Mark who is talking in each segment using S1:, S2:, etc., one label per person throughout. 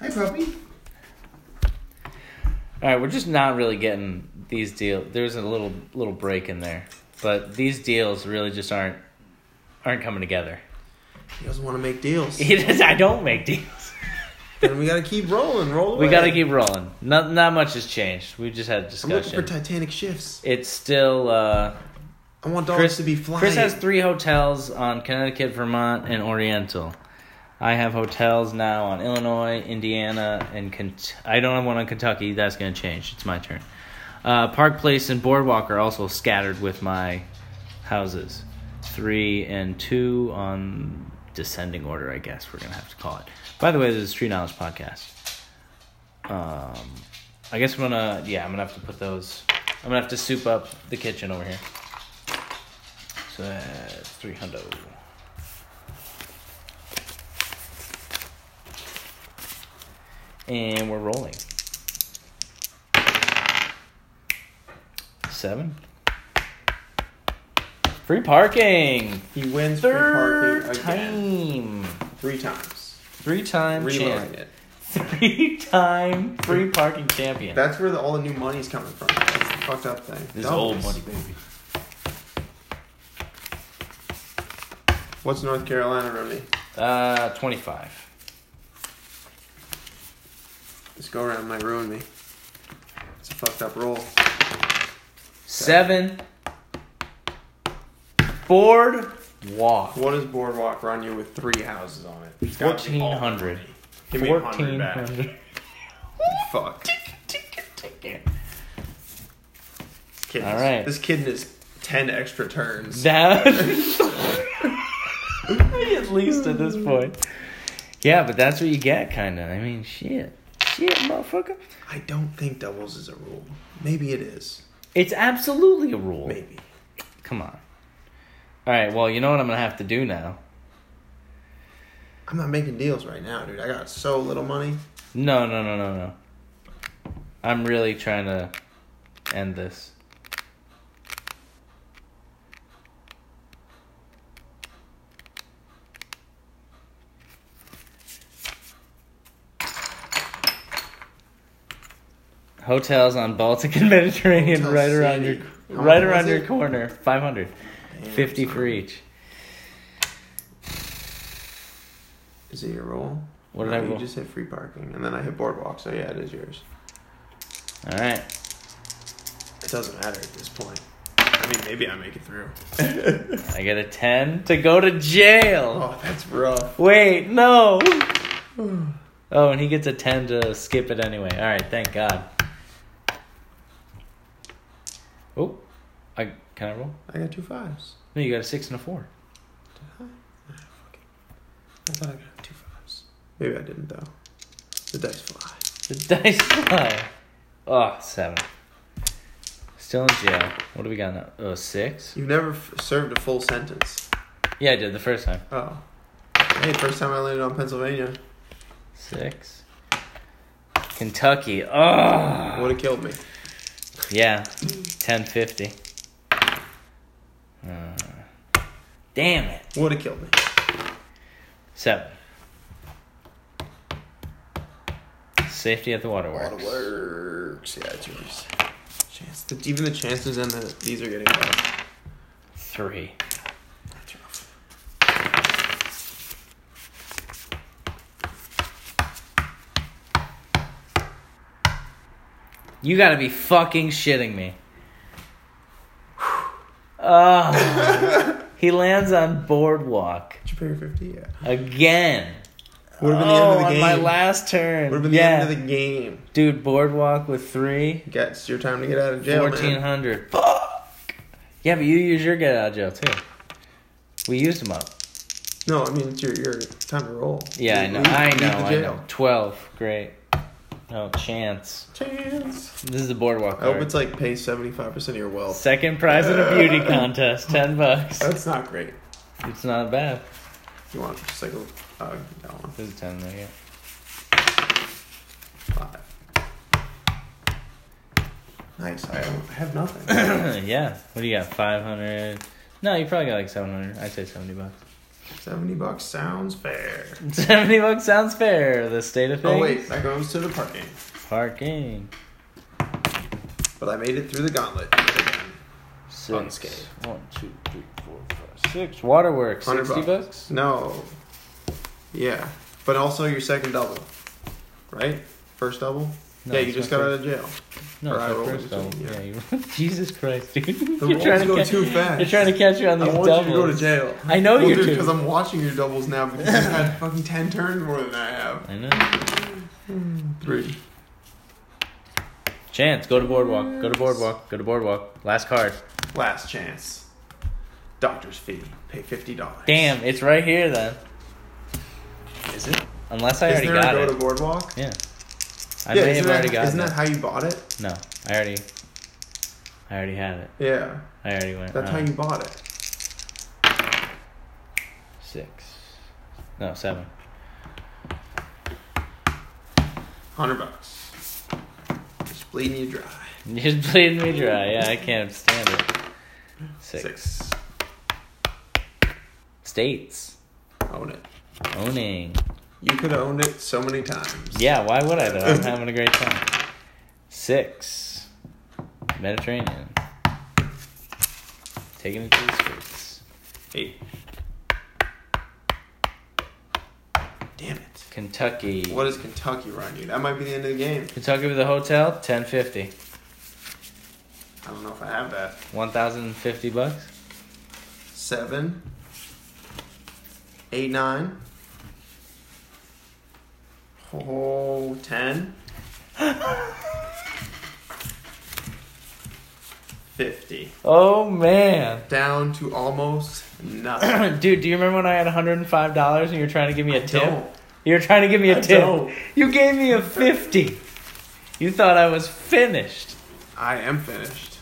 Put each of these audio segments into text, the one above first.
S1: Hi, puppy.
S2: All right, we're just not really getting these deals. There's a little little break in there, but these deals really just aren't aren't coming together.
S1: He doesn't want to make deals.
S2: He does- I don't make deals.
S1: then we gotta keep rolling. Roll away.
S2: We got to keep rolling. Not not much has changed. We just had a
S1: I'm looking for
S2: discussion.
S1: Titanic shifts.
S2: It's still uh,
S1: I want dogs
S2: Chris
S1: to be flying.
S2: Chris has three hotels on Connecticut, Vermont, and Oriental. I have hotels now on Illinois, Indiana, and Kent- I don't have one on Kentucky. That's going to change. It's my turn. Uh, Park Place and Boardwalk are also scattered with my houses. Three and two on descending order, I guess we're going to have to call it. By the way, this is Tree Knowledge Podcast. Um, I guess I'm going to, yeah, I'm going to have to put those, I'm going to have to soup up the kitchen over here. So that's three hundo. And we're rolling. Seven. Free parking.
S1: he wins free
S2: Third
S1: parking again.
S2: time.
S1: Three times.
S2: Three time
S1: Reloading
S2: champ.
S1: it.
S2: Three time free parking champion.
S1: That's where the, all the new money's coming from. That's the fucked up thing.
S2: this is
S1: Doubles.
S2: old money, baby.
S1: What's North Carolina, Remy?
S2: Uh, twenty-five.
S1: This go around might ruin me. It's a fucked up roll.
S2: Seven. Board walk.
S1: What does Boardwalk run you with three houses on it? It's gotta be all-
S2: Fourteen hundred.
S1: Give me a hundred back. Fuck. This kid
S2: All
S1: is-
S2: right.
S1: This kid is ten extra turns.
S2: That. At least at this point. Yeah, but that's what you get, kind of. I mean, shit, shit, motherfucker.
S1: I don't think doubles is a rule. Maybe it is.
S2: It's absolutely a rule.
S1: Maybe.
S2: Come on. All right. Well, you know what I'm gonna have to do now.
S1: I'm not making deals right now, dude. I got so little money.
S2: No, no, no, no, no. I'm really trying to end this. Hotels on Baltic and Mediterranean,
S1: Hotel
S2: right around your,
S1: City. How
S2: right
S1: much
S2: around
S1: was
S2: your
S1: it?
S2: corner. Five hundred,
S1: Damn,
S2: fifty
S1: son.
S2: for each.
S1: Is it your roll?
S2: What did
S1: No,
S2: I
S1: You
S2: roll?
S1: just hit free parking, and then I hit boardwalk. So yeah, it is yours.
S2: All right.
S1: It doesn't matter at this point. I mean, maybe I make it through.
S2: I get a ten to go to jail.
S1: oh, that's rough.
S2: Wait, no. Oh, and he gets a 10 to skip it anyway. All right, thank God. Oh, I can I roll?
S1: I got two fives.
S2: No, you got a 6 and a 4.
S1: I thought I got two fives. Maybe I didn't though. The dice fly.
S2: The dice fly. Oh, 7. Still in jail. What do we got now? Oh, 6?
S1: You've never f- served a full sentence.
S2: Yeah, I did the first time.
S1: Oh. Hey, first time I landed on Pennsylvania,
S2: 6. Kentucky. Oh.
S1: would have killed me.
S2: Yeah, ten fifty. Uh, damn it.
S1: Would have killed me.
S2: Seven. Safety at the waterworks.
S1: works. Yeah, it's yours. Chance. The, even the chances in the these are getting better.
S2: Three.
S1: That's rough.
S2: You gotta be fucking shitting me. Oh, he lands on boardwalk
S1: Did you pay your fifty? Yeah.
S2: again.
S1: Would have been
S2: oh,
S1: the end of the game.
S2: on my last turn.
S1: Would have been
S2: yeah.
S1: the end of the game.
S2: Dude, boardwalk with three.
S1: Gets your time to get out of jail,
S2: Fourteen
S1: man.
S2: hundred. Fuck. Yeah, but you use your get out of jail too. We used them up.
S1: No, I mean it's your your time to roll.
S2: Yeah, I
S1: Leave-
S2: know.
S1: leave-
S2: I
S1: leave
S2: know.
S1: the
S2: I
S1: jail.
S2: know. Twelve. Great. No chance.
S1: Chance.
S2: This is the boardwalk.
S1: I hope
S2: card.
S1: it's like pay seventy five percent of your wealth.
S2: Second prize in a beauty contest, ten bucks.
S1: That's not great.
S2: It's not bad.
S1: You want just like a uh, that one
S2: There's a ten there. Yeah.
S1: five. Nice. I don't I have nothing.
S2: yeah. What do you got? Five hundred. No, you probably got like seven hundred. I'd say seventy bucks.
S1: Seventy bucks sounds fair.
S2: 70 bucks sounds fair. The state of things.
S1: Oh wait, that goes to the parking.
S2: Parking.
S1: But I made it through the gauntlet yet again.
S2: Six.
S1: Unscathed.
S2: One, two, three, four, five, six. Waterworks.
S1: 100
S2: 60
S1: bucks.
S2: bucks?
S1: No. Yeah, but also your second double, right? First double.
S2: No,
S1: yeah, you
S2: it's
S1: just
S2: my
S1: got out of jail.
S2: No,
S1: Or
S2: it's
S1: I
S2: my
S1: rolled
S2: first
S1: it,
S2: double.
S1: yeah.
S2: Yeah. you Jesus Christ, dude.
S1: The
S2: you're
S1: rolls
S2: trying to
S1: go
S2: ca-
S1: too fast.
S2: You're trying to catch you on
S1: I
S2: these
S1: want
S2: doubles.
S1: you to go to jail.
S2: I know
S1: well,
S2: Oh, you
S1: dude,
S2: do.
S1: because I'm watching your doubles now because you've had fucking ten turns more than I have.
S2: I know.
S1: Three.
S2: Chance, go to boardwalk. Go to boardwalk. Go to boardwalk. Last card.
S1: Last chance. Doctor's fee. Pay fifty dollars.
S2: Damn, it's right here then.
S1: Is it?
S2: Unless I
S1: Is
S2: already
S1: there a
S2: got
S1: go
S2: it.
S1: to boardwalk?
S2: Yeah. I
S1: yeah,
S2: may
S1: isn't
S2: have
S1: that-
S2: already gotten
S1: Isn't that
S2: it.
S1: how you bought it?
S2: No, I already. I already had it.
S1: Yeah,
S2: I already went.
S1: that's
S2: uh,
S1: how you bought it.
S2: Six. No, seven.
S1: Hundred bucks. Just bleeding you dry.
S2: You just bleeding me dry. Yeah, I can't stand it. Six.
S1: Six.
S2: States.
S1: Own it.
S2: Owning.
S1: You could own it so many times.
S2: Yeah, why would I though? I'm having a great time. Six. Mediterranean. Taking it to the streets.
S1: Eight. Damn it.
S2: Kentucky.
S1: What does Kentucky run you? That might be the end of the game.
S2: Kentucky with a hotel, ten fifty.
S1: I don't know if I have that.
S2: One thousand and fifty bucks.
S1: Seven. Eight, nine. Oh, ten. Fifty.
S2: Oh man.
S1: Down to almost nothing.
S2: Dude, do you remember when I had $105 and you were trying to give me a tip?
S1: Don't.
S2: You were trying to give me a
S1: I
S2: tip.
S1: don't.
S2: You gave me a 50. You thought I was finished.
S1: I am finished.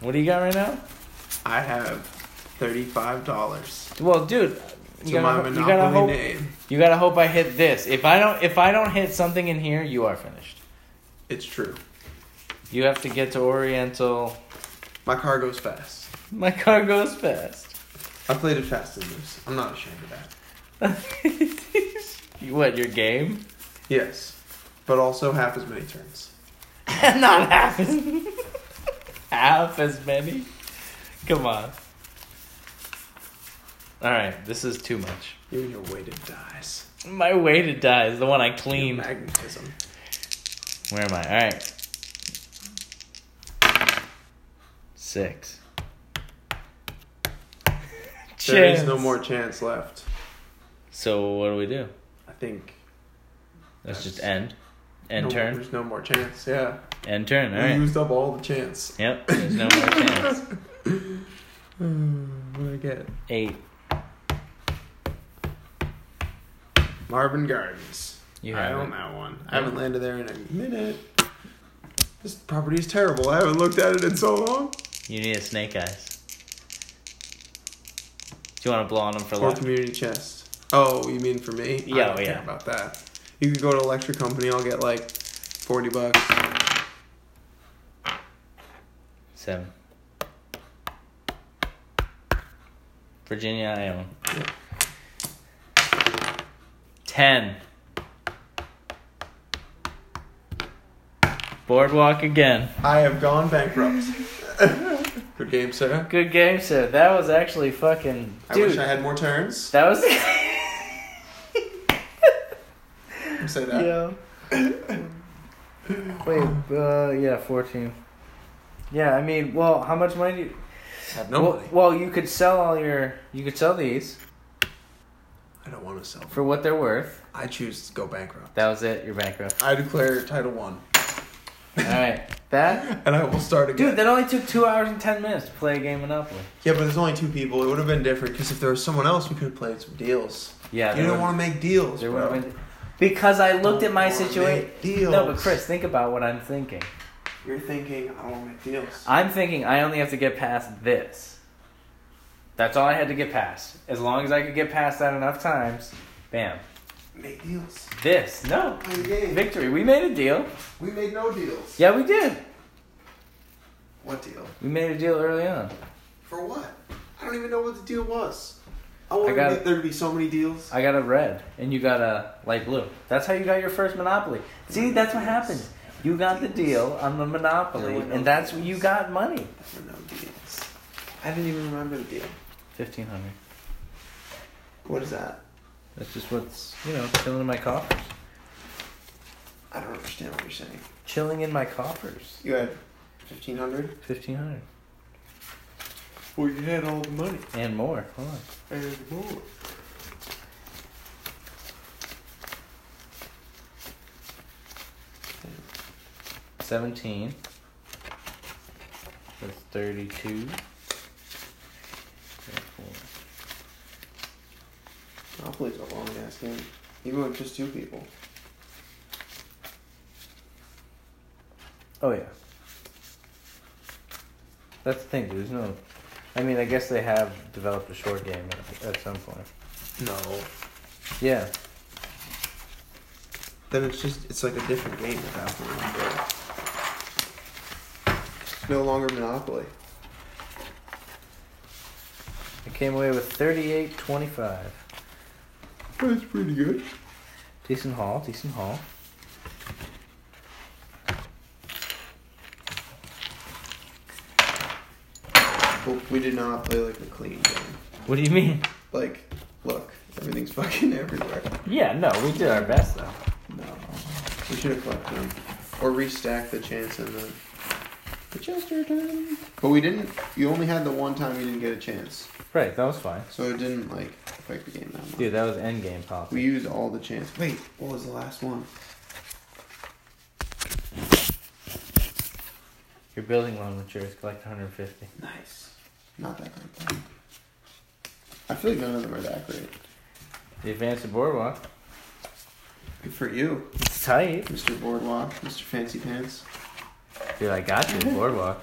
S2: What do you got right now?
S1: I have thirty-five dollars
S2: Well, dude, you
S1: to my
S2: gotta, you gotta
S1: monopoly
S2: hope
S1: name.
S2: you gotta hope I hit this. If I don't if I don't hit something in here, you are finished.
S1: It's true.
S2: You have to get to Oriental.
S1: My car goes fast.
S2: My car goes fast.
S1: I played it fast and loose. I'm not ashamed of that.
S2: You- what, your game?
S1: Yes, but also half as many turns.
S2: Not half as half as many. Come on. Alright, this is too much.
S1: You and your weighted dies.
S2: My way to die is the one I
S1: Your
S2: cleaned.
S1: magnetism.
S2: Where am I? All right. Six.
S1: There is no
S2: Chance.
S1: more chance left.
S2: So what do we do?
S1: I think.
S2: Let's just end. End
S1: no,
S2: turn.
S1: There's no more chance. Yeah.
S2: End turn.
S1: We
S2: All right.
S1: used up all the chance.
S2: Yep. There's no more chance.
S1: Hmm, what do I get?
S2: Eight.
S1: Marvin Gardens.
S2: You
S1: I
S2: have
S1: own
S2: it.
S1: that one. I haven't landed there in a minute. This property is terrible. I haven't looked at it in so long.
S2: You need a snake eyes. Do you want to blow on them for
S1: Or
S2: luck?
S1: community chest. Oh, you mean for me? I
S2: Yeah,
S1: don't
S2: oh, yeah.
S1: care about that. You could go to Electric Company. I'll get like forty bucks.
S2: Seven. Virginia, I own.
S1: Yeah.
S2: Ten. Boardwalk again.
S1: I have gone bankrupt. Good game, Sarah.
S2: Good game, sir. That was actually fucking
S1: I
S2: dude.
S1: wish I had more turns.
S2: that was
S1: Say that.
S2: yeah. Wait, uh, yeah, fourteen. Yeah, I mean, well, how much money? Do you,
S1: I have no
S2: well,
S1: money.
S2: well, you could sell all your. You could sell these
S1: I don't want to sell.
S2: for what they're worth.
S1: I choose to go bankrupt.
S2: That was it. You're bankrupt.
S1: I declare Title One,
S2: All right, that
S1: and I will start again.
S2: dude. That only took two hours and ten minutes to play a game of Monopoly.
S1: yeah, but there's only two people. It would have been different because if there was someone else, we could have played some deals.
S2: Yeah,
S1: you don't want to make deals,
S2: There
S1: bro.
S2: would've been- because I looked at my
S1: Don't wanna
S2: situation.
S1: make Deals.
S2: No, but Chris, think about what I'm thinking.
S1: you're thinking I don't want to make deals.
S2: I'm thinking I only have to get past this. That's all I had to get past. As long as I could get past that enough times, bam.
S1: Make deals.
S2: This no
S1: Play the game.
S2: victory. We made a deal.
S1: We made no deals.
S2: Yeah, we did.
S1: What deal?
S2: We made a deal early on.
S1: For what? I don't even know what the deal was. Oh,
S2: I got-
S1: there'd, be, there'd be so many deals.
S2: I got a red, and you got a light blue. That's how you got your first Monopoly. See, that's what happened. You got the deal on the Monopoly, and that's when you got money.
S1: There were no deals. I didn't even remember the deal.
S2: Fifteen hundred.
S1: What is that?
S2: That's just what's you know chilling in my coffers.
S1: I don't understand what you're saying.
S2: Chilling in my coffers.
S1: You had fifteen hundred.
S2: Fifteen hundred
S1: Well, you had all the money
S2: and more. Hold on.
S1: and more.
S2: Seventeen. That's thirty-two.
S1: Monopoly's a long ass game. Even with just two people.
S2: Oh yeah. That's the thing. dude. There's no. I mean, I guess they have developed a short game at, at some point.
S1: No.
S2: Yeah.
S1: Then it's just it's like a different game at that point. It's no longer Monopoly.
S2: I came away with thirty-eight twenty-five.
S1: That's pretty good.
S2: Decent haul. Decent haul.
S1: But we did not play like a clean game.
S2: What do you mean?
S1: Like, look, everything's fucking everywhere.
S2: Yeah. No, we did our best though.
S1: No. We should have collected them. Or restacked the chance and the the Chesterton. But we didn't you only had the one time you didn't get a chance.
S2: Right. That was fine.
S1: So it didn't like affect the game that much.
S2: Dude, that was end game politics.
S1: We used all the chance. Wait, what was the last one?
S2: Your building loan matures. Collect one hundred fifty.
S1: Nice. Not that great. I feel like none of them are that great.
S2: The advance to boardwalk.
S1: Good for you,
S2: It's tight.
S1: Mr. Boardwalk, Mr. Fancy Pants.
S2: Dude, I got you. Boardwalk.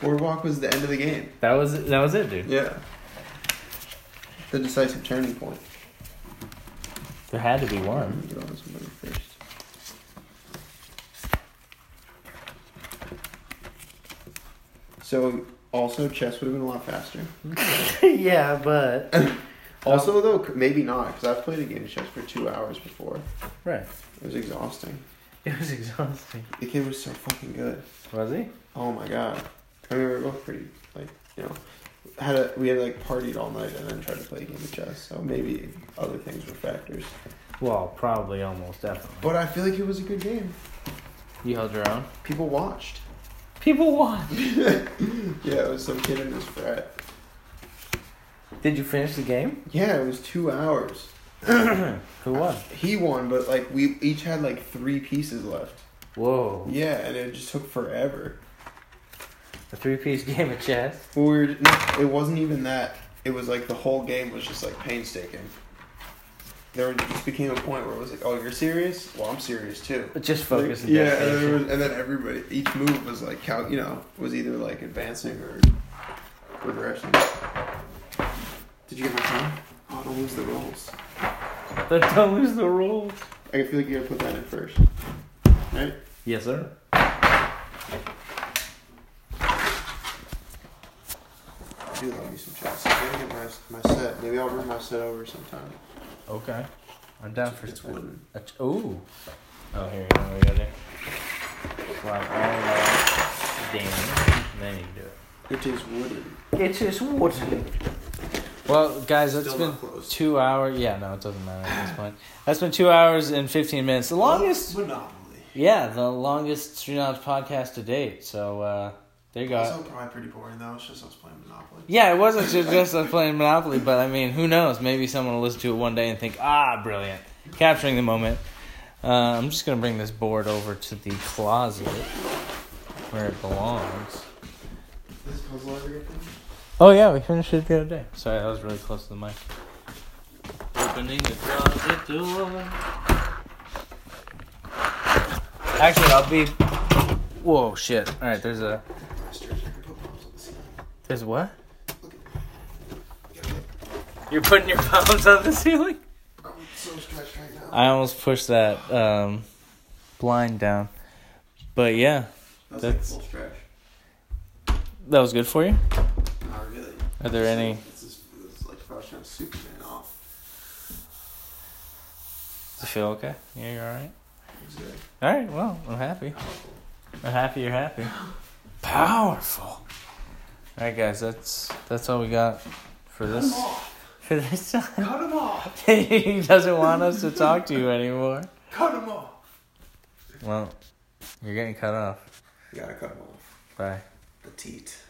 S1: Boardwalk was the end of the game.
S2: That was that was it, dude.
S1: Yeah. The decisive turning point.
S2: There had to be
S1: I'm
S2: one.
S1: gonna get on somebody first. So, also, chess would have been a lot faster.
S2: yeah, but
S1: Also, though, c- maybe not, because I've played a game of chess for two hours before.
S2: right.
S1: It was exhausting.
S2: It was exhausting.
S1: The kid was so fucking good.
S2: Was he?
S1: Oh my god. I mean, we were both pretty, like, you know, had a, we had, like, partied all night and then tried to play a game of chess, so maybe other things were factors.
S2: Well, probably, almost, definitely.
S1: But I feel like it was a good game.
S2: you held your own.
S1: People watched.
S2: People watch.
S1: Yeah, it was some kid in his frat.
S2: Did you finish the game?
S1: Yeah, it was two hours.
S2: Who won?
S1: He won, but like we each had like three pieces left.
S2: Whoa,
S1: Yeah, and it just took forever.
S2: a three-piece game of chess.
S1: Well, we were, no, it wasn't even that. It was like the whole game was just like painstaking. There just became a point where it was like, "Oh, you're serious? Well, I'm serious too."
S2: But just focus
S1: Like,
S2: and
S1: yeah, and,
S2: dedication.
S1: there was, and then everybody, each move was like, cal- you know, was either like advancing or regressing. Did you get my phone? Oh, don't lose the rolls.
S2: But don't lose the rules.
S1: I feel like you gotta put that in first, right?
S2: Yes, sir.
S1: I do love me some chess. I'm gonna get my, my set. Maybe I'll bring my set over sometime.
S2: Okay, I'm down for
S1: It's wooden.
S2: A ch- Ooh. Oh, here we go. We got it. Slap all that down. Then you can do
S1: It
S2: it.
S1: is wooden.
S2: It is wooden. Well, guys, it's
S1: Still
S2: been
S1: not closed.
S2: two hours. Yeah, no, it doesn't matter at this point. That's been two hours and fifteen minutes. The longest,
S1: Monopoly.
S2: yeah, the longest Street Knowledge podcast to date. So uh, there you
S1: Also
S2: go.
S1: probably pretty boring though. It's just us playing Monopoly.
S2: Yeah, it wasn't ju- just us playing Monopoly, but I mean, who knows? Maybe someone will listen to it one day and think, ah, brilliant, capturing the moment. Uh, I'm just gonna bring this board over to the closet where it belongs.
S1: This puzzle ever get done?
S2: Oh yeah, we finished it the other day. Sorry, that was really close to the mic. Opening the closet door. Actually, I'll be. Whoa, shit! All right, there's a.
S1: Blasters. I can put bombs on the ceiling.
S2: There's what?
S1: Look at that.
S2: You're putting your palms on the ceiling.
S1: I'm so stretched right now.
S2: I almost pushed that um, blind down, but yeah,
S1: That was
S2: that's-
S1: like full stretch.
S2: that was good for you.
S1: Not really.
S2: Are there any?
S1: This is, this is like if I was trying to Superman.
S2: I feel okay. Yeah, you're all right. All right. Well, I'm happy. I'm happy. You're happy. Powerful. All right, guys. That's that's all we got for this for this time.
S1: Cut him off.
S2: he doesn't want us to talk to you anymore.
S1: Cut him off.
S2: Well, you're getting cut off.
S1: You gotta cut him off.
S2: Bye.
S1: The teat.